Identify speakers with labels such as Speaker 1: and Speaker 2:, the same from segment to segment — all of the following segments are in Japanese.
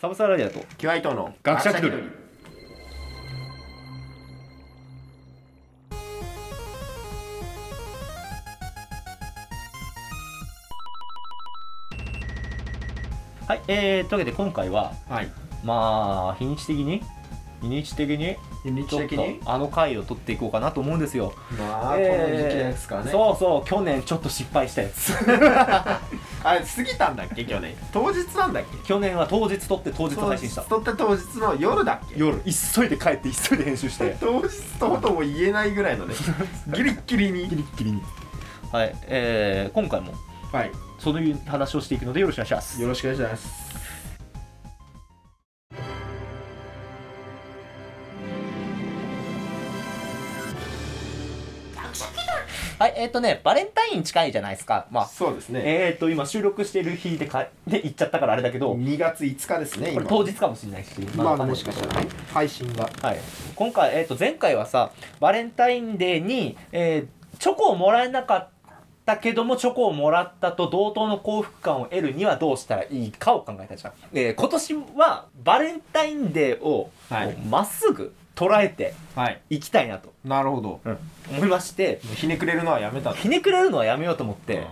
Speaker 1: サブサラリアと
Speaker 2: キュアイトの
Speaker 1: 学者気取りはいえー、というわけで今回は
Speaker 2: はい
Speaker 1: まあ日にち的に日にち的に
Speaker 2: 日に
Speaker 1: ち
Speaker 2: ち
Speaker 1: ょっ
Speaker 2: 的
Speaker 1: と
Speaker 2: に
Speaker 1: あの回を取っていこうかなと思うんですよ
Speaker 2: まあ、この時期ですからね
Speaker 1: そうそう去年ちょっと失敗したやつ
Speaker 2: あれ過ぎたんだっけ去年当日なんだっけ
Speaker 1: 去年は当日撮って当日
Speaker 2: 当
Speaker 1: 配
Speaker 2: 日
Speaker 1: 信した
Speaker 2: 撮った当日の夜だっけ
Speaker 1: 夜急いで帰って急いで編集して
Speaker 2: 当日とほとも言えないぐらい のねギリッギリ
Speaker 1: リ
Speaker 2: に
Speaker 1: ッギリにはいえー、今回も
Speaker 2: はい
Speaker 1: そういう話をしていくのでよろしくお願いします
Speaker 2: よろしくお願いします
Speaker 1: はいえっ、とねバレンタイン近いじゃないですかまあ
Speaker 2: そうですね
Speaker 1: えっ、と今収録してる日でかで行っちゃったからあれだけどこ
Speaker 2: 2月5日ですね
Speaker 1: れ当日かもしれないし
Speaker 2: 今まあもしか
Speaker 1: て
Speaker 2: したらね配信が
Speaker 1: はい、今回、えー、と前回はさバレンタインデーに、えーチョコをもらえなかったけどもチョコをもらったと同等の幸福感を得るにはどうしたらいいかを考えたじゃん、えー今年はバレンタインデーを
Speaker 2: はい
Speaker 1: もうまっすぐ捉えて
Speaker 2: はい
Speaker 1: いきたいなと、
Speaker 2: なるほど
Speaker 1: 思いまして
Speaker 2: ひねくれるのはやめた
Speaker 1: ひねくれるのはやめようと思って、
Speaker 2: うん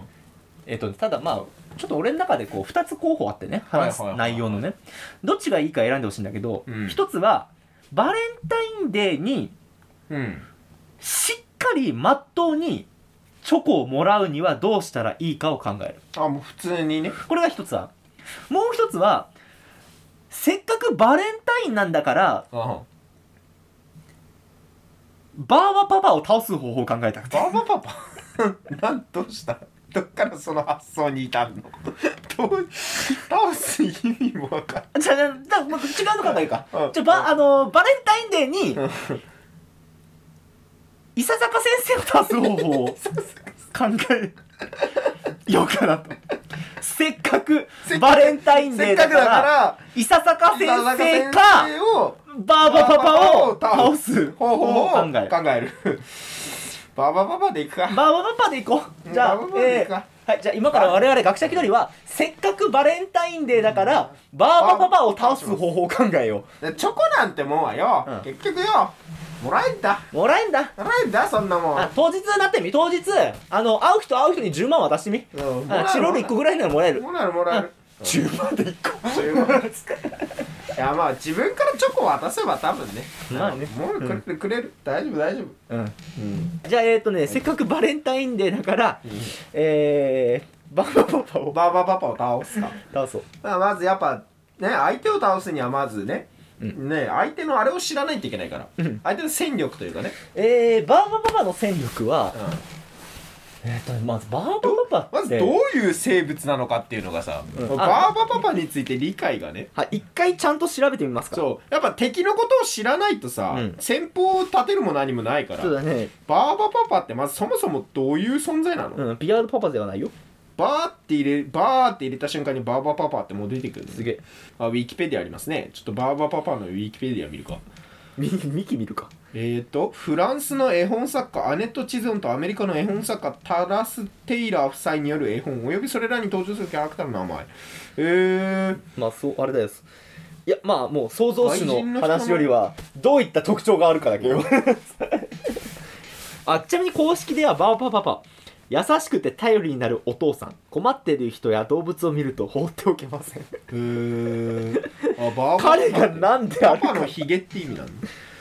Speaker 1: えー、とただまあちょっと俺の中でこう2つ候補あってね話す
Speaker 2: はいはいはいはい
Speaker 1: 内容のねどっちがいいか選んでほしいんだけど、
Speaker 2: うん
Speaker 1: 一つはバレンタインデーに
Speaker 2: うん
Speaker 1: しっかりまっとうにチョコをもらうにはどうしたらいいかを考える
Speaker 2: あもう普通にね
Speaker 1: これが一つはもう一つはせっかくバレンタインなんだから
Speaker 2: あ
Speaker 1: バーバパパを倒す方法を考えたくて
Speaker 2: バーバパパなんどうしたどっからその発想に至るのどう倒す意味もわかん
Speaker 1: じゃあじゃあじゃあもう違うの考えるか
Speaker 2: うん
Speaker 1: じゃあばあのバレンタインデーに
Speaker 2: ない
Speaker 1: 伊佐坂先生を倒す方法を 考えようかなとせっかくバレンタイン
Speaker 2: せ
Speaker 1: デ
Speaker 2: っ
Speaker 1: ー
Speaker 2: か
Speaker 1: だ
Speaker 2: く
Speaker 1: か
Speaker 2: だ
Speaker 1: ら
Speaker 2: から
Speaker 1: 伊佐坂先
Speaker 2: 田中
Speaker 1: 生か
Speaker 2: 先生を
Speaker 1: バーバパパを倒す
Speaker 2: 方法を
Speaker 1: 考
Speaker 2: 考
Speaker 1: える。バー
Speaker 2: えるバーバパパでいくか
Speaker 1: バパパで行こう。じゃあ
Speaker 2: バーバ、パパで
Speaker 1: え
Speaker 2: いく
Speaker 1: ー
Speaker 2: か
Speaker 1: はい、じゃあ今から我々学者気取りは、せっかくバレンタインデーだから、バーバパパを倒す方法を考えよ
Speaker 2: でチョコなんてもんはよ、
Speaker 1: うん
Speaker 2: 結局よもらえんだ
Speaker 1: う。もらえんだ。
Speaker 2: もらえんだそんなもん
Speaker 1: あ、当日なってみ、当日。あの、会う人会う人に10万渡してみ。
Speaker 2: うんもらえ
Speaker 1: あ
Speaker 2: る
Speaker 1: チロル1個ぐらいならもらえる。
Speaker 2: もらえるもらえる
Speaker 1: 10万で1個。
Speaker 2: そういうこといやまあ自分からチョコ渡せば多分ね
Speaker 1: まあね
Speaker 2: もうくれる、くれる大丈夫大丈夫
Speaker 1: うん。
Speaker 2: うん
Speaker 1: じゃあ、えっ、ー、とね、せっかくバレンタインデーだから、えー、バーバパパを
Speaker 2: バーバーパパを倒すか
Speaker 1: 倒そう。
Speaker 2: まあまずやっぱね相手を倒すにはまずね、
Speaker 1: うん
Speaker 2: ね相手のあれを知らないといけないから、
Speaker 1: ん
Speaker 2: 相手の戦力というかね、
Speaker 1: えー、バーバパパの戦力は
Speaker 2: う、ん
Speaker 1: えっ、とね、まずバーバパパ
Speaker 2: ま
Speaker 1: っ
Speaker 2: ず
Speaker 1: て、
Speaker 2: どういう生物なのかっていうのがさ、
Speaker 1: うん
Speaker 2: バーバパパについて理解がね
Speaker 1: はい、一回ちゃんと調べてみますか。
Speaker 2: そうやっぱ敵のことを知らないとさ、
Speaker 1: うん
Speaker 2: 戦法を立てるも何もないから
Speaker 1: そうだね。
Speaker 2: バーバパパってまずそもそもどういう存在なの、
Speaker 1: うん、PR パパではないよ。
Speaker 2: バーって入れバーって入れた瞬間にバーバパパってもう出てくる
Speaker 1: すげえ。
Speaker 2: あウィキペディアありますねちょっとバーバパパのウィキペディア見るか
Speaker 1: ミミキ見るか。
Speaker 2: えーとフランスの絵本作家アネット・チゾンとアメリカの絵本作家タラス・テイラー夫妻による絵本およびそれらに登場するキャラクターの名前えー、
Speaker 1: まあ、そう、あれだよ。いや、まあ、もう想像主
Speaker 2: 外人の
Speaker 1: の
Speaker 2: 人の
Speaker 1: 話よりは、どういった特徴があるかだけ よ。あ、ちなみに公式ではバーバパパ。優しくて頼りになるお父さん困っている人や動物を見ると放っておけません
Speaker 2: へーあバーバパパ
Speaker 1: 彼がなんであ
Speaker 2: パ
Speaker 1: るか
Speaker 2: パのヒゲって意味なの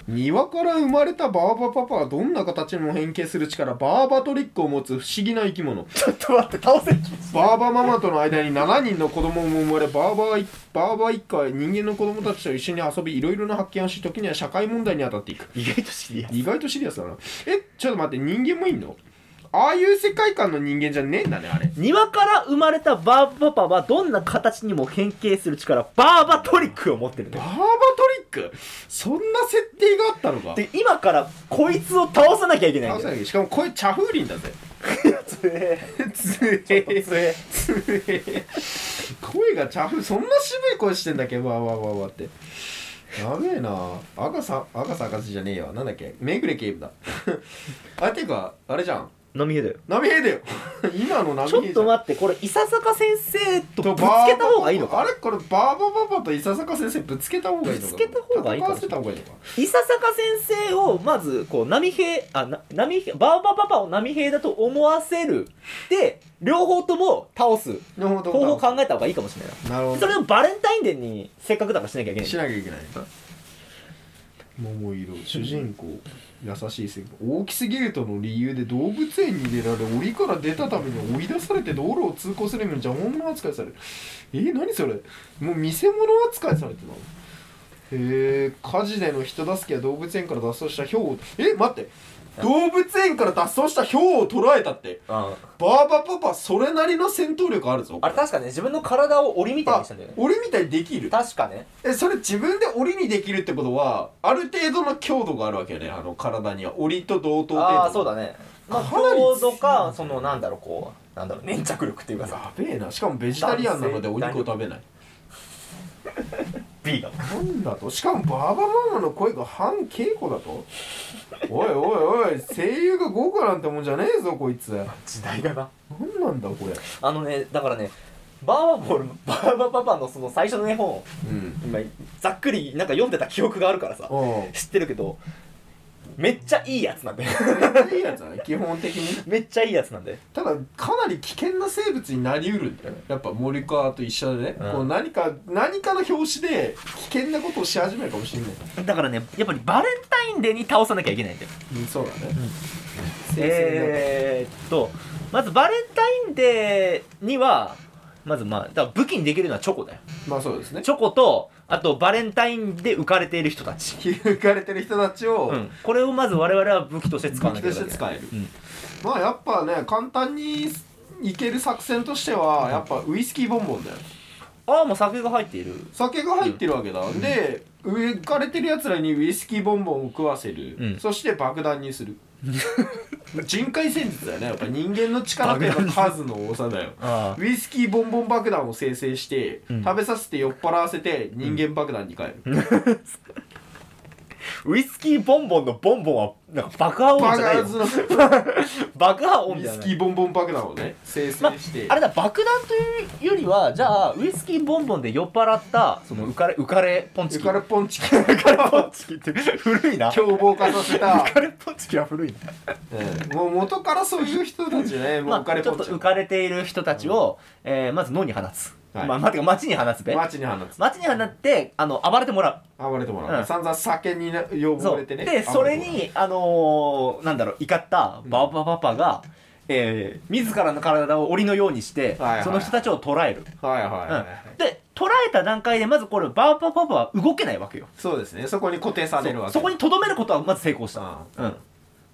Speaker 2: 庭から生まれたバーバパパはどんな形にも変形する力バーバトリックを持つ不思議な生き物
Speaker 1: ちょっと待って倒せん
Speaker 2: バーバママとの間に7人の子供も生まれバーバ一バーバ一家は人間の子供たちと一緒に遊びいろいろな発見をし時には社会問題に当たっていく
Speaker 1: 意外と知り合い
Speaker 2: 意外とシリアスだなえちょっと待って人間もいんのああいう世界観の人間じゃねえんだねあれ
Speaker 1: 庭から生まれたバーバパパはどんな形にも変形する力バーバトリックを持ってるんだ
Speaker 2: バ
Speaker 1: よ
Speaker 2: ーバトリックそんな設定があったのか
Speaker 1: で今からこいつを倒さなきゃいけない
Speaker 2: 倒
Speaker 1: ん
Speaker 2: さ
Speaker 1: だ
Speaker 2: な
Speaker 1: よ
Speaker 2: きゃしかもこれ茶風鈴だぜ
Speaker 1: つえ
Speaker 2: つえ
Speaker 1: つえ
Speaker 2: つえ声が茶風そんな渋い声してんだっけわーわーわーわーってやべえな 赤さ赤さ赤字じゃねえよなんだっけめぐれ警部だあてかあれじゃん
Speaker 1: 波平だよ
Speaker 2: 波平だよ 今の波
Speaker 1: ちょ
Speaker 2: 平
Speaker 1: っ
Speaker 2: じゃん
Speaker 1: と待ってこれ伊佐坂先生とぶつけた方がいいのか
Speaker 2: あれこれバーバパパと伊佐坂先生ぶつけた方がいいのか
Speaker 1: ぶつけた方がいいか
Speaker 2: 戦
Speaker 1: も
Speaker 2: わ
Speaker 1: し
Speaker 2: せ
Speaker 1: れ
Speaker 2: た
Speaker 1: ない
Speaker 2: 方がいいのか
Speaker 1: 伊佐坂先生をまずこう波平あな波平バーバパパを波平だと思わせるで両方とも倒す
Speaker 2: なるほど
Speaker 1: 方法を考えた方がいいかもしれない
Speaker 2: なるほ
Speaker 1: な
Speaker 2: ど
Speaker 1: それをバレンタインデーにせっかくだからしなきゃいけない
Speaker 2: しなきゃいけない桃色主人公優しい性格大きすぎるとの理由で動物園に入れられ檻から出たために追い出されて道路を通行するように邪魔者扱いされるえー、何それもう見せ物扱いされてたのへえ火事での人助けや動物園から脱走したヒョウをえ待って動物園から脱走したヒョウを捕らえたって
Speaker 1: あ
Speaker 2: バーバパパそれなりの戦闘力あるぞ
Speaker 1: あれ確かね自分の体を檻みたいにしたんだよね
Speaker 2: 俺みたいにできる
Speaker 1: 確かね
Speaker 2: えそれ自分で檻にできるってことはある程度の強度があるわけよねあの体には檻と同等程度
Speaker 1: ああーそうだねまあ
Speaker 2: かなり強い
Speaker 1: 強度かそのなんだろうこうなんだろう粘着力っていうかさ
Speaker 2: やべえなしかもベジタリアンなのでお肉を食べない
Speaker 1: B だ
Speaker 2: なんだとしかもバーバママの声が半稽古だとおいおいおい声優が豪華なんてもんじゃねえぞこいつなん
Speaker 1: 時代がな
Speaker 2: なんだこれ
Speaker 1: あのねだからねバーバボールバーバパパのその最初の絵本を
Speaker 2: うん
Speaker 1: 今ざっくりなんか読んでた記憶があるからさ
Speaker 2: あ
Speaker 1: 知ってるけどめっちゃいいやつなん で
Speaker 2: あいいやつだね基本的に
Speaker 1: めっちゃいいやつなんで
Speaker 2: ただかなり危険な生物になりうるんだよねやっぱ森川と一緒でね、
Speaker 1: うん
Speaker 2: こう何か何かの表紙で危険なことをし始めるかもしれない
Speaker 1: だからねやっぱりバレンタインデーに倒さなきゃいけないんだよ
Speaker 2: うんそうだね。
Speaker 1: えーっとまずバレンタインデーにはまずまあだから武器にできるのはチョコだよ
Speaker 2: まあそうですね。
Speaker 1: チョコとあとバレンタインで浮かれている人たち、
Speaker 2: ひ浮かれてる人たちを、
Speaker 1: うん、これをまず我々は武器として使わなきゃいけない
Speaker 2: 武器として使える
Speaker 1: うん
Speaker 2: まあやっぱね簡単にいける作戦としてはやっぱウイスキーボンボンだよ。
Speaker 1: ああもう酒が入っている
Speaker 2: 酒が入ってるわけだ。で浮かれてるやつらにウイスキーボンボンを食わせる。
Speaker 1: うん
Speaker 2: そして爆弾にす る。人海戦術だよね。やっぱ人間の力という
Speaker 1: 爆
Speaker 2: か数の多さだよ。
Speaker 1: あ
Speaker 2: ウイスキーボンボン爆弾を生成して、
Speaker 1: うん
Speaker 2: 食べさせて酔っ払わせて人間爆弾に変える、
Speaker 1: ウイスキーボンボンのボンボンはなんか爆破音
Speaker 2: 爆
Speaker 1: じゃないよ
Speaker 2: 発の
Speaker 1: 爆破
Speaker 2: ウ
Speaker 1: 音
Speaker 2: イ
Speaker 1: じゃ
Speaker 2: ス
Speaker 1: な
Speaker 2: キ
Speaker 1: い
Speaker 2: ーボンボン爆弾をね生成して、
Speaker 1: あれだ爆弾というよりはじゃあウイスキーボンボンで酔っ払ったその浮かれ浮かれポンチ
Speaker 2: 浮
Speaker 1: キ浮
Speaker 2: か
Speaker 1: か
Speaker 2: れポンチキ
Speaker 1: れポンチキって古いな
Speaker 2: 凶暴化させた
Speaker 1: 浮、かれポンチキは古いな
Speaker 2: うんもう元からそういう人たちねもう
Speaker 1: ま
Speaker 2: 浮か
Speaker 1: あ、
Speaker 2: れ
Speaker 1: ち
Speaker 2: ポ
Speaker 1: ょっ
Speaker 2: ン
Speaker 1: と
Speaker 2: チキ
Speaker 1: 浮かれている人たちを、えーまず脳に放つ、
Speaker 2: はい
Speaker 1: まあ、まてか街に放つべ
Speaker 2: 街に放つ
Speaker 1: 街に放ってあの暴れてもら
Speaker 2: 暴れてもらう、
Speaker 1: うん
Speaker 2: 散々酒にな呼
Speaker 1: うそ
Speaker 2: ば
Speaker 1: う
Speaker 2: れてね
Speaker 1: でそ
Speaker 2: 暴
Speaker 1: れ
Speaker 2: てもらう
Speaker 1: にあのーなんだろう怒ったバーバパパが、えー自らの体を檻のようにして、
Speaker 2: はいはい
Speaker 1: その人たちを捕らえる、
Speaker 2: はいはいはい、はい
Speaker 1: うん、で捕らえた段階でまずこれバーバパパは動けないわけよ
Speaker 2: そうですねそこに固定されるわ
Speaker 1: そ
Speaker 2: け
Speaker 1: うそこにとどめることはまず成功した、
Speaker 2: あ
Speaker 1: うん、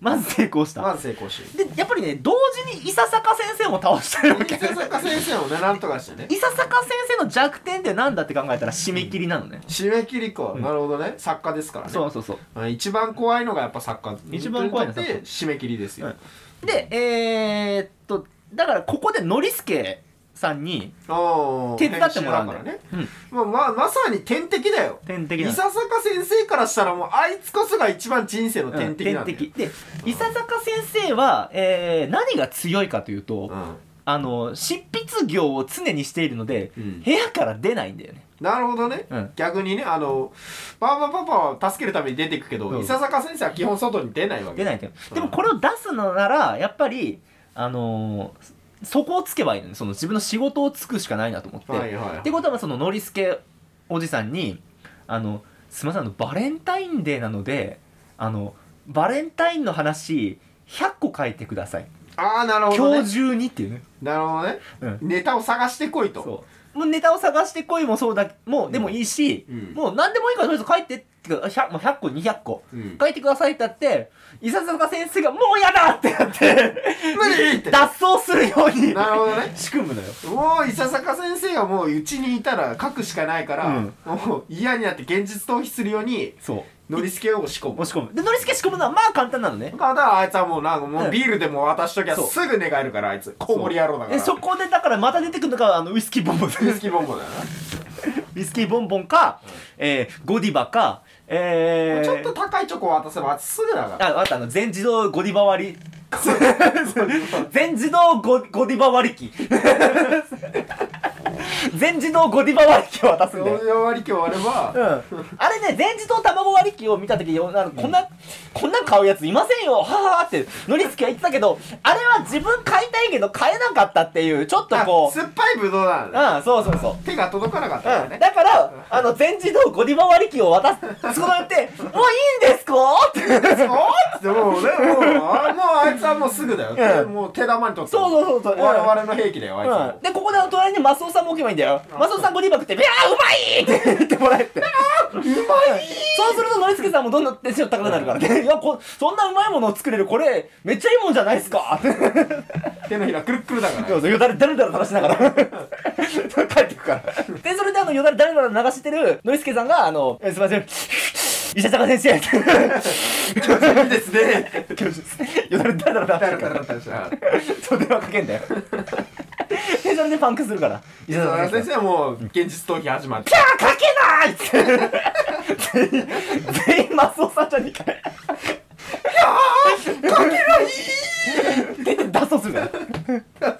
Speaker 1: まず成功した、
Speaker 2: まず成功し
Speaker 1: でやっぱりね同時に伊佐坂先生も倒してるわけ
Speaker 2: 伊佐坂先生をねなんとかしてね
Speaker 1: 伊佐坂先生の弱点ってなんだって考えたら締め切りなのね、
Speaker 2: 締め切り子、なるほどね作家ですからね
Speaker 1: そうそうそう
Speaker 2: あ一番怖いのがやっぱ作家
Speaker 1: 一番怖いのは
Speaker 2: で
Speaker 1: 作家
Speaker 2: 締め切りですよ、
Speaker 1: うんでえー、っとだからここでノリスケさんに
Speaker 2: おー
Speaker 1: 手伝ってもらうんだよ
Speaker 2: 編集だからね、
Speaker 1: うん
Speaker 2: まあまあ、まさに天敵だよ
Speaker 1: 天敵
Speaker 2: 伊
Speaker 1: なの
Speaker 2: 佐坂先生からしたらもうあいつこそが一番人生の
Speaker 1: う
Speaker 2: 天
Speaker 1: ん
Speaker 2: 敵
Speaker 1: 天
Speaker 2: なんだよ、
Speaker 1: 敵で伊佐坂先生は、えー何が強いかというと、
Speaker 2: うん
Speaker 1: あの執筆業を常にしているので、
Speaker 2: うん
Speaker 1: 部屋から出ないんだよね
Speaker 2: なるほどね、
Speaker 1: うん
Speaker 2: 逆にねあのバーバパパは助けるために出てくけど、
Speaker 1: うん
Speaker 2: 伊佐坂先生は基本外に出ないわけ
Speaker 1: 出ないいんだよ、でもこれを出すのならやっぱりあのーそこをつけばいいのねその自分の仕事をつくしかないなと思って、
Speaker 2: はいはい
Speaker 1: ってことはそのノリスケおじさんに「あのすみませんあのバレンタインデーなのであのバレンタインの話100個書いてください、
Speaker 2: ああなるほど
Speaker 1: 今
Speaker 2: ね
Speaker 1: 日中に」っていうね、
Speaker 2: なるほどね
Speaker 1: うん、
Speaker 2: ネタを探してこいと
Speaker 1: そうもうネタを探してこいもそうだもうでもいいし、
Speaker 2: うん
Speaker 1: もう何でもいいからとりあえず書いてってか 100, もう100個200個
Speaker 2: う、ん、
Speaker 1: 書いてくださいってなって伊佐坂先生が「もうやだ!」ってなって
Speaker 2: 無理って
Speaker 1: 脱走するように
Speaker 2: なるほどね
Speaker 1: 仕組むのよ
Speaker 2: もう伊佐坂先生がもううちにいたら書くしかないから、
Speaker 1: うん
Speaker 2: もう嫌になって現実逃避するように
Speaker 1: そう
Speaker 2: ノリスケを押し込む
Speaker 1: 押し込むでノリスケ仕込むのはまあ簡単なのね
Speaker 2: ただあいつはもうなんかもうビールでも渡しときゃ
Speaker 1: そう
Speaker 2: すぐ寝返るからあいつ小盛り野郎だか
Speaker 1: え
Speaker 2: ら
Speaker 1: そこでだからまた出てくるのがあのウイスキーボン ボン
Speaker 2: ウイスキーボンボンだよ
Speaker 1: ウイスキーボンボンか、えーゴディバかえ
Speaker 2: な、
Speaker 1: ー、
Speaker 2: ちょっと高いチョコを渡せばすぐだから
Speaker 1: ああとあの全自動ゴディバ割り全自動ゴゴディバ割り 機全自動ゴディバ割り機を渡すんだよ
Speaker 2: 俺の割り今日あれば
Speaker 1: うん、あれね全自動卵割り機を見た時よあのこんな、こんなん買うやついませんよはははってノリツキは言ってたけどあれは自分買いたいけど買えなかったっていうちょっと
Speaker 2: あ
Speaker 1: こう
Speaker 2: 酸っぱいブドウなんだ
Speaker 1: うんそうそうそう
Speaker 2: 手が届かなかったん
Speaker 1: うん、
Speaker 2: だね
Speaker 1: だから、あの、全自動ゴディバ割り機を渡す、そうや って、もういいんですかって。
Speaker 2: おーっつってもうねもうあもうあいつはもうすぐだよ手もう手玉に取って
Speaker 1: そうそうそうそううん
Speaker 2: 我々の兵器だよあい
Speaker 1: う
Speaker 2: つも
Speaker 1: ん、で、ここであの隣にマスオさんも置けばいいんだよ。マスオさんゴディバ食って、いやーうまいって言ってもらえて。
Speaker 2: うまい
Speaker 1: そうすると、ノリスケさんもどんどんテンション高くなるからね。いや、こ、そんなうまいものを作れる、これ、めっちゃいいもんじゃないですかって。
Speaker 2: 手のひらくるっくるだから
Speaker 1: そうそうよだれだらだら話しながら帰ってくからでそれであのよだれだらだら流してるノリスケさんがあのえすいません医者坂先生
Speaker 2: いいですね
Speaker 1: よだれだらだら話
Speaker 2: だ
Speaker 1: してるから
Speaker 2: らだだらした
Speaker 1: そう電話かけんだよでそれでパンクするから医者坂
Speaker 2: 先
Speaker 1: 先生
Speaker 2: 生はもう現実逃避始まって
Speaker 1: キャーかけないって 全員全員マスオさんじゃねえかキャーかけないって言って脱走するから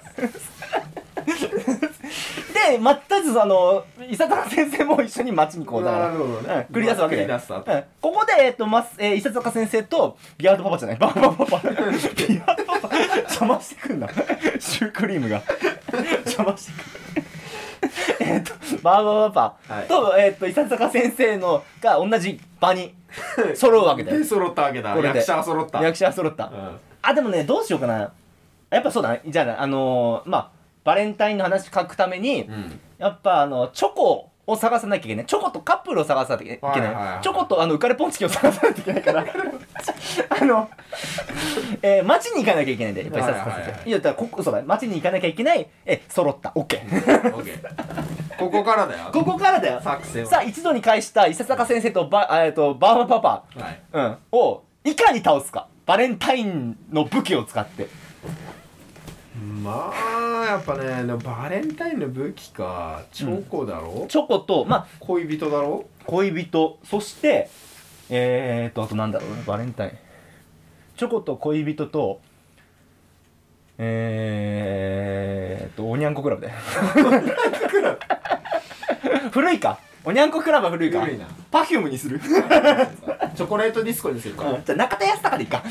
Speaker 1: でまったずあの伊佐坂先生も一緒に街にこうだから
Speaker 2: なるほどね
Speaker 1: うん繰り出すわけで
Speaker 2: 繰り出すわ
Speaker 1: うんここでえっとまえー伊佐坂先生とビアードパパじゃないバンバンパパビアードパパ邪魔してくんだ シュークリームが 邪魔してくるえっとバーバーパパと、えっと伊佐坂先生のが同じ場に揃うわけだよ
Speaker 2: で揃ったわけだ
Speaker 1: これで
Speaker 2: 役者は揃った
Speaker 1: 役者は揃った、
Speaker 2: うん
Speaker 1: あでもねどうしようかなやっぱそうだねじゃああのーまあバレンタインの話書くために、
Speaker 2: うん
Speaker 1: やっぱあのチョコを探さなきゃいけないチョコとカップルを探さなきゃいけない,、
Speaker 2: はいはいはい
Speaker 1: チョコとあの浮かれポンチキを探さなきゃいけないから あの、えー、街に行かなきゃいけないんだよやっぱり
Speaker 2: はいはいはい
Speaker 1: さいやだからここそうだね街に行かなきゃいけないえ揃ったオッケー
Speaker 2: オッケーここからだよ
Speaker 1: ここからだよ
Speaker 2: 作戦は
Speaker 1: さあ一度に返した伊佐坂先生とバ,あ、えー、とバーマパパ
Speaker 2: はい
Speaker 1: うん、をいかに倒すかバレンタインの武器を使って
Speaker 2: まあやっぱねでもバレンタインの武器かチョコだろ、
Speaker 1: チョコと、まあ、
Speaker 2: 恋人だろ
Speaker 1: 恋人そしてえー、とあとなんだろうなバレンタインチョコと恋人とえー、とおにゃんこクラブだよ古いかおにゃんこクラブは古いか
Speaker 2: 古いな
Speaker 1: パフュームにする
Speaker 2: チョコレートディスコにするか、
Speaker 1: じゃあ中田康隆で いいか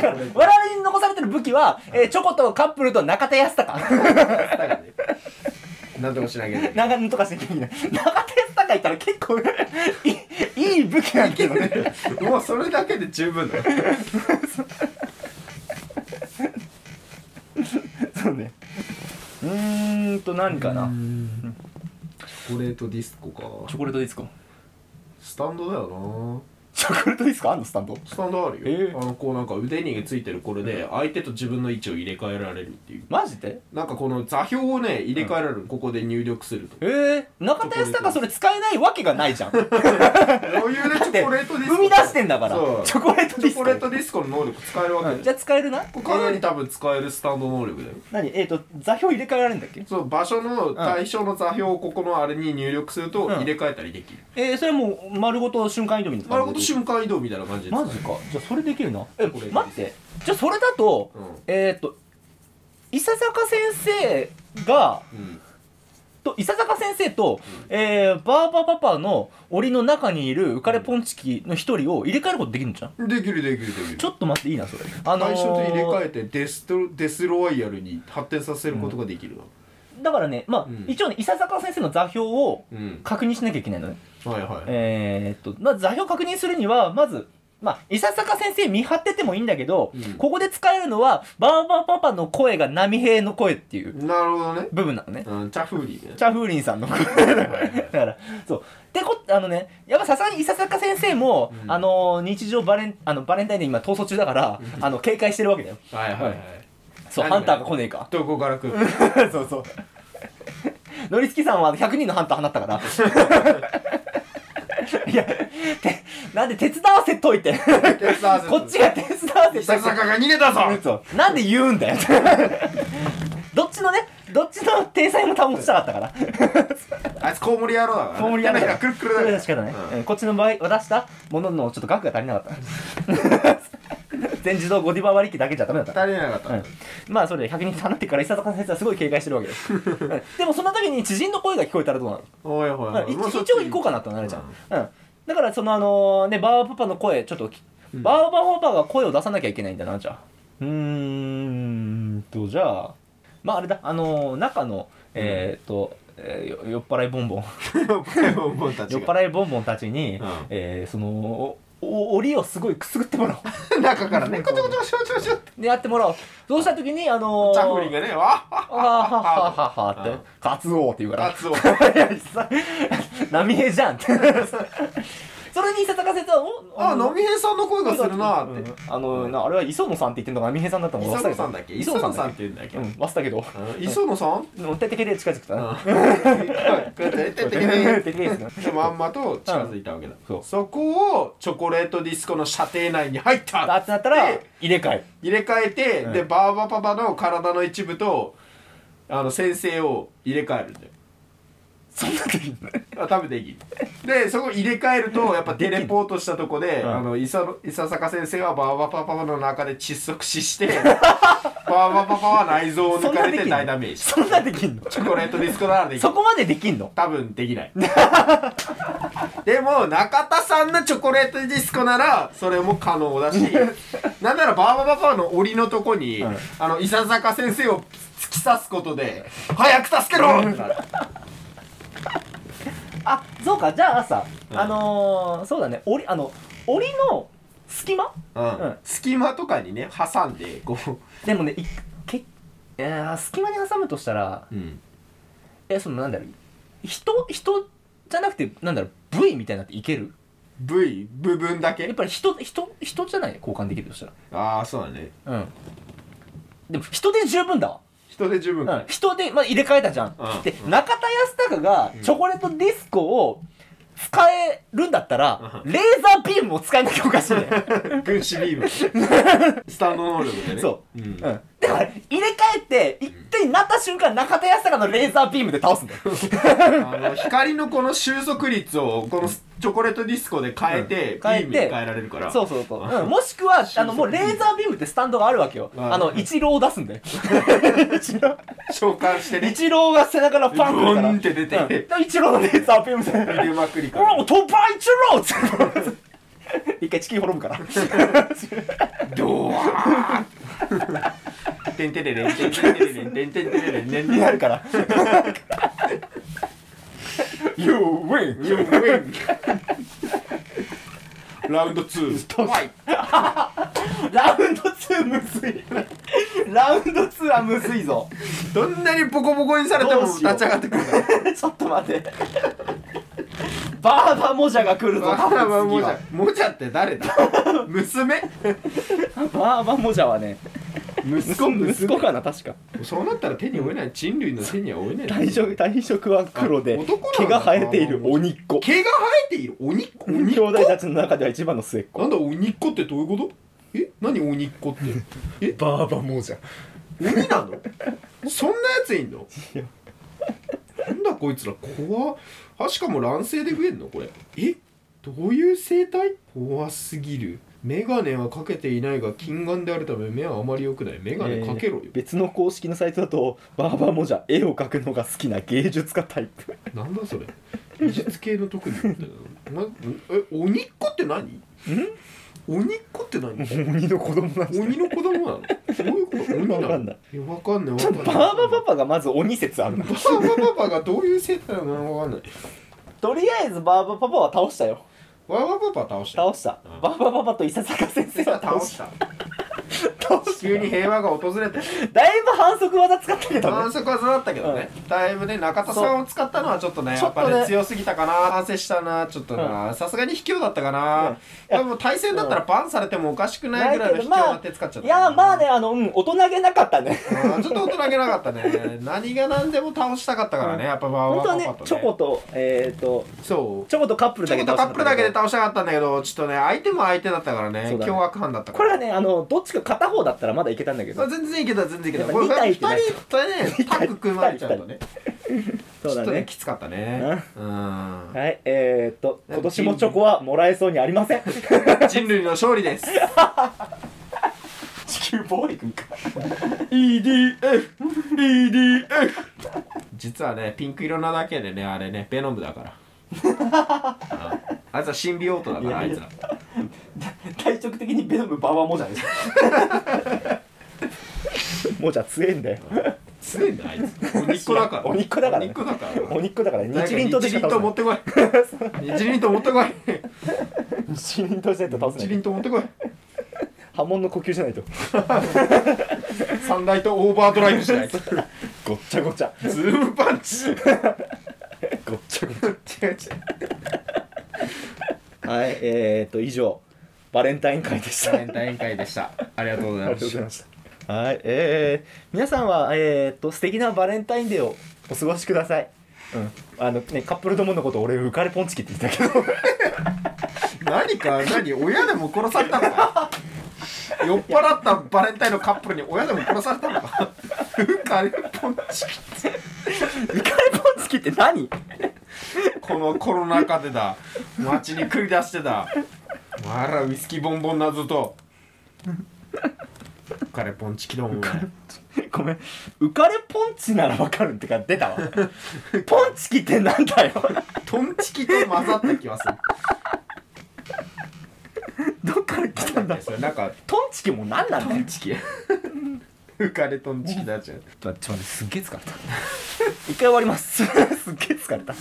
Speaker 1: 我々に残されてる武器は、えーチョコとカップルと中田康隆
Speaker 2: なんでもしなきゃいけない
Speaker 1: 長年とかしなきゃいけない長田康高いたら結構 いいいい武器なんだけどね
Speaker 2: もうそれだけで十分だよ
Speaker 1: そうねうーんと何かな
Speaker 2: チョコレートディスコか
Speaker 1: ョコレートディスコ
Speaker 2: スタンドだよ
Speaker 1: チョコレートディスコあんのスタンド
Speaker 2: なスタンドあるよ、
Speaker 1: えー
Speaker 2: あのこうなんか腕についてるこれで相手と自分の位置を入れ替えられるっていう
Speaker 1: マジで
Speaker 2: なんかこの座標をね入れ替えられる、ここで入力すると
Speaker 1: えー、中田康隆それ使えないわけがないじゃんだっ
Speaker 2: 余裕でチ
Speaker 1: て
Speaker 2: ョコレートディスコ
Speaker 1: 生み出してんだから
Speaker 2: そう
Speaker 1: チョコレート
Speaker 2: チ
Speaker 1: デ
Speaker 2: ョ
Speaker 1: ィ
Speaker 2: コ
Speaker 1: ス
Speaker 2: レート
Speaker 1: コ
Speaker 2: ディスコの能力使えるわけ
Speaker 1: う
Speaker 2: で
Speaker 1: んじゃあ使えるな
Speaker 2: かなり
Speaker 1: えー
Speaker 2: 多分使えるスタンド能力だよ
Speaker 1: 何えっ、と座標入れ替えられるんだっけ
Speaker 2: そう場所の対象の座標をここのあれに入力すると入れ替えたりできる、
Speaker 1: えー、それはもう丸ごと瞬間移動みたいな
Speaker 2: 丸ごと
Speaker 1: 感じ
Speaker 2: 瞬間移動みたいな感じで
Speaker 1: マジかじゃあそれできるなえ
Speaker 2: これで
Speaker 1: 待ってじゃあそれだと、
Speaker 2: うん
Speaker 1: えーっと伊佐坂先生が
Speaker 2: うん
Speaker 1: と伊佐坂先生と、えーバーバパパの檻の中にいる浮かれポンチキの一人を入れ替えることできるんじゃん
Speaker 2: できるできるできる
Speaker 1: ちょっと待っていいなそれあのー
Speaker 2: 対象と入れ替えてデストデスロワイヤルに発展させることができるわ
Speaker 1: だからねまあ、
Speaker 2: うん
Speaker 1: 一応ね伊佐坂先生の座標を
Speaker 2: うん、
Speaker 1: 確認しなきゃいけないのね、
Speaker 2: はいはい
Speaker 1: えーっとまず座標確認するにはまずまあ、伊佐坂先生見張っててもいいんだけど、
Speaker 2: うん
Speaker 1: ここで使えるのはバーバパパの声が波平の声っていう
Speaker 2: なるほどね、
Speaker 1: 部分なのね
Speaker 2: うん、チャフーリーね
Speaker 1: チャフーリンさんの声だからそうでこあのねやっぱさすがに伊佐坂先生も、
Speaker 2: うん
Speaker 1: あの日常バレンあのバレンタインで今逃走中だから、あの警戒してるわけだよ
Speaker 2: はいはいはい、
Speaker 1: そう
Speaker 2: 何が
Speaker 1: ハンターが来ねえか
Speaker 2: どこから来 る
Speaker 1: そうそうノリツキさんは100人のハンター放ったから いやてなんで手伝わせといてこっちが手伝わせとい
Speaker 2: 久
Speaker 1: て
Speaker 2: 坂が逃げたぞ
Speaker 1: そうなんで言うんだよ どっちのねどっちの体裁も保ちたかったから
Speaker 2: あいつコウモリ野郎だから、ね、
Speaker 1: 大盛り上が
Speaker 2: 手のひらくるっくるだから
Speaker 1: 仕方ない、
Speaker 2: うん
Speaker 1: うんこっちの場合渡したもののちょっと額が足りなかった 全自動ゴディバ割り機だけじゃダメだった
Speaker 2: 足りなかった、
Speaker 1: うんまあそれで100人となってから伊佐坂先生はすごい警戒してるわけですうんでもその時に知人の声が聞こえたらどうなる
Speaker 2: おいおいおい、
Speaker 1: うん一
Speaker 2: まあそっち
Speaker 1: 一応行こうかなとなるじゃん、うんだからそのあのねバーバパパの声ちょっとき、バーバパパが声を出さなきゃいけないんだなじゃあうーんとじゃあまああれだあの中のえっ、と、えーよ酔っ払いボンボン
Speaker 2: 酔っ払いボンボンたち
Speaker 1: 酔っ
Speaker 2: が
Speaker 1: 払いボンボンたちに、
Speaker 2: うん
Speaker 1: えーそのおお檻をすごいくすぐってもらお
Speaker 2: 中からねこちょこちょこちょこちょこちょって
Speaker 1: う でやってもらおうそうした時にあのー、
Speaker 2: チャフリンがねわっ
Speaker 1: あーはっはっはっはって
Speaker 2: うん
Speaker 1: 「カツオ」って言うから
Speaker 2: カツ
Speaker 1: 「
Speaker 2: オ
Speaker 1: 波平じゃん」ってそれに伊佐坂先生は「お
Speaker 2: あ波平さんの声がするなーって
Speaker 1: あのなあれは磯野さんって言ってんのか波平さんだったのか
Speaker 2: 磯野さんだっけ
Speaker 1: 磯野さんだっ
Speaker 2: って言うんだっ
Speaker 1: け
Speaker 2: け
Speaker 1: うん忘れたけど
Speaker 2: うん磯野さん
Speaker 1: うん徹底的で近づくとな
Speaker 2: で
Speaker 1: 徹底的ですね
Speaker 2: まんまと近づいたわけだ、
Speaker 1: そう
Speaker 2: そこをチョコレートディスコの射程内に入った
Speaker 1: だってなったら
Speaker 2: で
Speaker 1: 入れ替え
Speaker 2: 入れ替えて、
Speaker 1: うん
Speaker 2: でバーバパパの体の一部とあの先生を入れ替えるんだよ
Speaker 1: そんな時に
Speaker 2: あ多分で きるでそこ入れ替えるとやっぱデレポートしたとこで、
Speaker 1: うん
Speaker 2: あの伊佐伊佐坂先生はバーバパパの中で窒息死して バーバパパは内臓を抜かれて大ダメージ
Speaker 1: そんなできんの
Speaker 2: チョコレートディスコならでき る
Speaker 1: そこまでできんの
Speaker 2: 多分できないでも中田さんのチョコレートディスコならそれも可 能だしなんならバーバパパの檻のとこに、
Speaker 1: うん
Speaker 2: あの伊佐坂先生を突き刺すことで「早く助 けろ!」ってなる
Speaker 1: あそうかじゃあさ
Speaker 2: うん
Speaker 1: あのーそうだね檻あの檻の隙間
Speaker 2: うん
Speaker 1: うん
Speaker 2: 隙間とかにね挟んでこう
Speaker 1: でもねいけいやー隙間に挟むとしたら
Speaker 2: うん、
Speaker 1: えそのなんだろう人人じゃなくてなんだろう部位みたいなっていける
Speaker 2: V 部分だ
Speaker 1: やっ
Speaker 2: け
Speaker 1: ぱり人人人じゃない交換できるとした
Speaker 2: ああそうだね
Speaker 1: らうんでも人で十分だわ、
Speaker 2: 人で十分
Speaker 1: うん、人で、まあ、入れ替えたじゃん、
Speaker 2: うん
Speaker 1: で中田泰孝がチョコレートディスコを使えるんだったら、
Speaker 2: う
Speaker 1: レーザービームを使えなきゃおかしいね、
Speaker 2: 軍師ビーム スタンド能力でね、
Speaker 1: そううんん、だから入れ替えて一点なった瞬間中田泰孝のレーザービームで倒すんだよ
Speaker 2: あの光のこの収束率をこのチョコレートディスコで変えて、
Speaker 1: うん変えて
Speaker 2: ビームに変えられるから
Speaker 1: そうそう そう、
Speaker 2: あ
Speaker 1: うん、もしくはあの もうレーザービームってスタンドがあるわけよ
Speaker 2: あ
Speaker 1: あの一郎を出すんだよ一郎
Speaker 2: 召喚してね
Speaker 1: 一郎が背中のパンク
Speaker 2: ブンって出て
Speaker 1: うん、一郎のレーザービームで
Speaker 2: 入 れまく
Speaker 1: 「
Speaker 2: りか
Speaker 1: おらも
Speaker 2: ら
Speaker 1: う突破一郎!」って一回チキン滅ぶから
Speaker 2: ドワーンてんてれれんてんてれれんてんてれれんてんてれれん
Speaker 1: やるから You win!
Speaker 2: ユーウィンラウンド2
Speaker 1: どうしラウンド2むずいラウンド2はむずいぞ
Speaker 2: どんなにボコボコにされても
Speaker 1: どう
Speaker 2: 立
Speaker 1: し
Speaker 2: ち
Speaker 1: よう
Speaker 2: 上がってくるから
Speaker 1: ちょっと待ってバーバモジャが来るぞ
Speaker 2: バーバモ
Speaker 1: 次
Speaker 2: ジ
Speaker 1: は
Speaker 2: ャモジャって誰だ
Speaker 1: バ
Speaker 2: 娘
Speaker 1: ーバモジャはね
Speaker 2: 息子
Speaker 1: 息子
Speaker 2: 娘
Speaker 1: かな確か
Speaker 2: そうなったら手に負えない人類の手には負えない
Speaker 1: 体色体色は黒で
Speaker 2: あ男なんだ
Speaker 1: 毛が生えている鬼っ子
Speaker 2: 毛が生えている鬼っ子
Speaker 1: 兄弟たちの中では一番の末っ子
Speaker 2: なんだ鬼っ子ってどういうことえ何鬼っ子ってえ
Speaker 1: バーバモジャ
Speaker 2: 鬼なのそんなやついんの
Speaker 1: いや
Speaker 2: なんだこいつら怖っあしかも卵性で増えんのこれえどういう生態怖すぎるメガネはかけていないが近眼であるため目はあまり良くないメガネかけろよ、
Speaker 1: 別の公式のサイトだとバーバモジャ絵を描くのが好きな芸術家タイプ
Speaker 2: なんだそれ美術系の特技みたいななえ鬼っ子って何鬼っ子って何
Speaker 1: 鬼の子供なん
Speaker 2: 鬼の子供なのどういうこと鬼なの
Speaker 1: わかんない
Speaker 2: いやわかんないわ
Speaker 1: ち
Speaker 2: か
Speaker 1: ょっ
Speaker 2: んな
Speaker 1: とバ
Speaker 2: い
Speaker 1: ーバパパがまず鬼説あるな
Speaker 2: バーバパパがどういう生態なのかわかんない
Speaker 1: とりあえずバーバパパは倒したよ
Speaker 2: バーバパパ倒した
Speaker 1: 倒した
Speaker 2: うん
Speaker 1: バーバパパと伊佐坂先生は倒
Speaker 2: 倒
Speaker 1: し
Speaker 2: した
Speaker 1: た倒し
Speaker 2: 地球に平和が訪れた
Speaker 1: ただいぶ反則技使ったけど
Speaker 2: 反
Speaker 1: ね
Speaker 2: 則技だったけどね、だいぶね中田さんを使ったのはちょっとね
Speaker 1: そう
Speaker 2: やっぱ
Speaker 1: ちょっ
Speaker 2: ね
Speaker 1: とね
Speaker 2: 強すぎたかな反省したなちょっとなさすがに卑怯だったかな、
Speaker 1: うん
Speaker 2: でも対戦だったらバンされてもおかしくないぐらいの卑怯な手使っちゃっ
Speaker 1: い
Speaker 2: た
Speaker 1: やーまあねあのうん大人げなかったね
Speaker 2: うんちょっと大人げなかったね何が何でも倒したかったからねやっぱバー
Speaker 1: 本当
Speaker 2: バ
Speaker 1: は
Speaker 2: ー
Speaker 1: ね
Speaker 2: パパと
Speaker 1: チョコとえっ、ー、と
Speaker 2: そう
Speaker 1: チョコとカップル
Speaker 2: ち
Speaker 1: だ
Speaker 2: ょ
Speaker 1: け
Speaker 2: っとカ
Speaker 1: し
Speaker 2: ップルだけで
Speaker 1: た
Speaker 2: 倒したかったんだけどちょっとね相手も相手だったからね
Speaker 1: そうだね
Speaker 2: 凶悪犯だったか
Speaker 1: これ
Speaker 2: ら
Speaker 1: はねあのどっちか片方だったらまだいけたんだけ
Speaker 2: まあ
Speaker 1: ど
Speaker 2: 全然いけた全然いけた
Speaker 1: やっ
Speaker 2: こ
Speaker 1: ぱ
Speaker 2: れ
Speaker 1: 二体
Speaker 2: 2
Speaker 1: ってなる
Speaker 2: 人とねタッグ組まれちゃうとね
Speaker 1: そう
Speaker 2: ちょ
Speaker 1: だ
Speaker 2: っとね
Speaker 1: ね
Speaker 2: きつかったねうん
Speaker 1: はいえー、っと 今年もチョコはもらえそうにありません
Speaker 2: 人類の勝利です
Speaker 1: 級ボーイ君か
Speaker 2: EDF EDF 実はねピンク色なだけでねあれねベノムだからああいつはシンビオートだからあ
Speaker 1: いや
Speaker 2: い
Speaker 1: い
Speaker 2: つ
Speaker 1: や
Speaker 2: ら
Speaker 1: 体直的にベノムババモジャですモジャ強えんだよ
Speaker 2: 強いんだあいつ鬼っ子だから
Speaker 1: 鬼っ子だからね
Speaker 2: 鬼っ子だから
Speaker 1: お肉だから
Speaker 2: 誰か
Speaker 1: 日輪刀でし
Speaker 2: 日
Speaker 1: か
Speaker 2: 輪
Speaker 1: 倒
Speaker 2: 刀
Speaker 1: せ
Speaker 2: 持
Speaker 1: な
Speaker 2: っ
Speaker 1: い
Speaker 2: てこい日輪刀持ってこい
Speaker 1: 日輪刀じゃないと倒せ
Speaker 2: 日
Speaker 1: ない
Speaker 2: 輪刀持ってこい
Speaker 1: 波紋の呼吸じゃないと
Speaker 2: 三大とオーバードライブしないと
Speaker 1: ごっちゃごちゃ
Speaker 2: ズームパンチ違
Speaker 1: ごっちゃごち
Speaker 2: う違う
Speaker 1: ゃはいえー、と以上バレンタイン会でした
Speaker 2: バレンタイン会でしたありがとうございました
Speaker 1: ました。はい、えー、皆さんは、えー、っと、素敵なバレンタインデーをお過ごしください。うん、あのね、カップルどものこと、俺、浮かれポンチキって言 ったけど。
Speaker 2: 何か何親でも殺されたのか酔っ払ったバレンタインのカップルに親でも殺されたのかうんかあれポンチ
Speaker 1: 浮かれポンチキって何。
Speaker 2: このコロナ禍でだ街に繰り出してだあらウイスキーボンボン謎とうかれポンチキども
Speaker 1: ごめん、浮かれポンチならわかるってか、出たわ。 ポンチキってなんだよ。
Speaker 2: トンチキと混ざった気がする
Speaker 1: どっから来たんだ。
Speaker 2: それなんか
Speaker 1: トンチキもなんなんだよ。
Speaker 2: チキ浮かれトンチキだじゃん
Speaker 1: ちょっと待ってすっげえ疲れた 一回終わりますすっげえ疲れた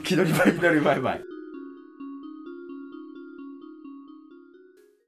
Speaker 1: 気取り気取りバイバイ
Speaker 2: 緑バイバイ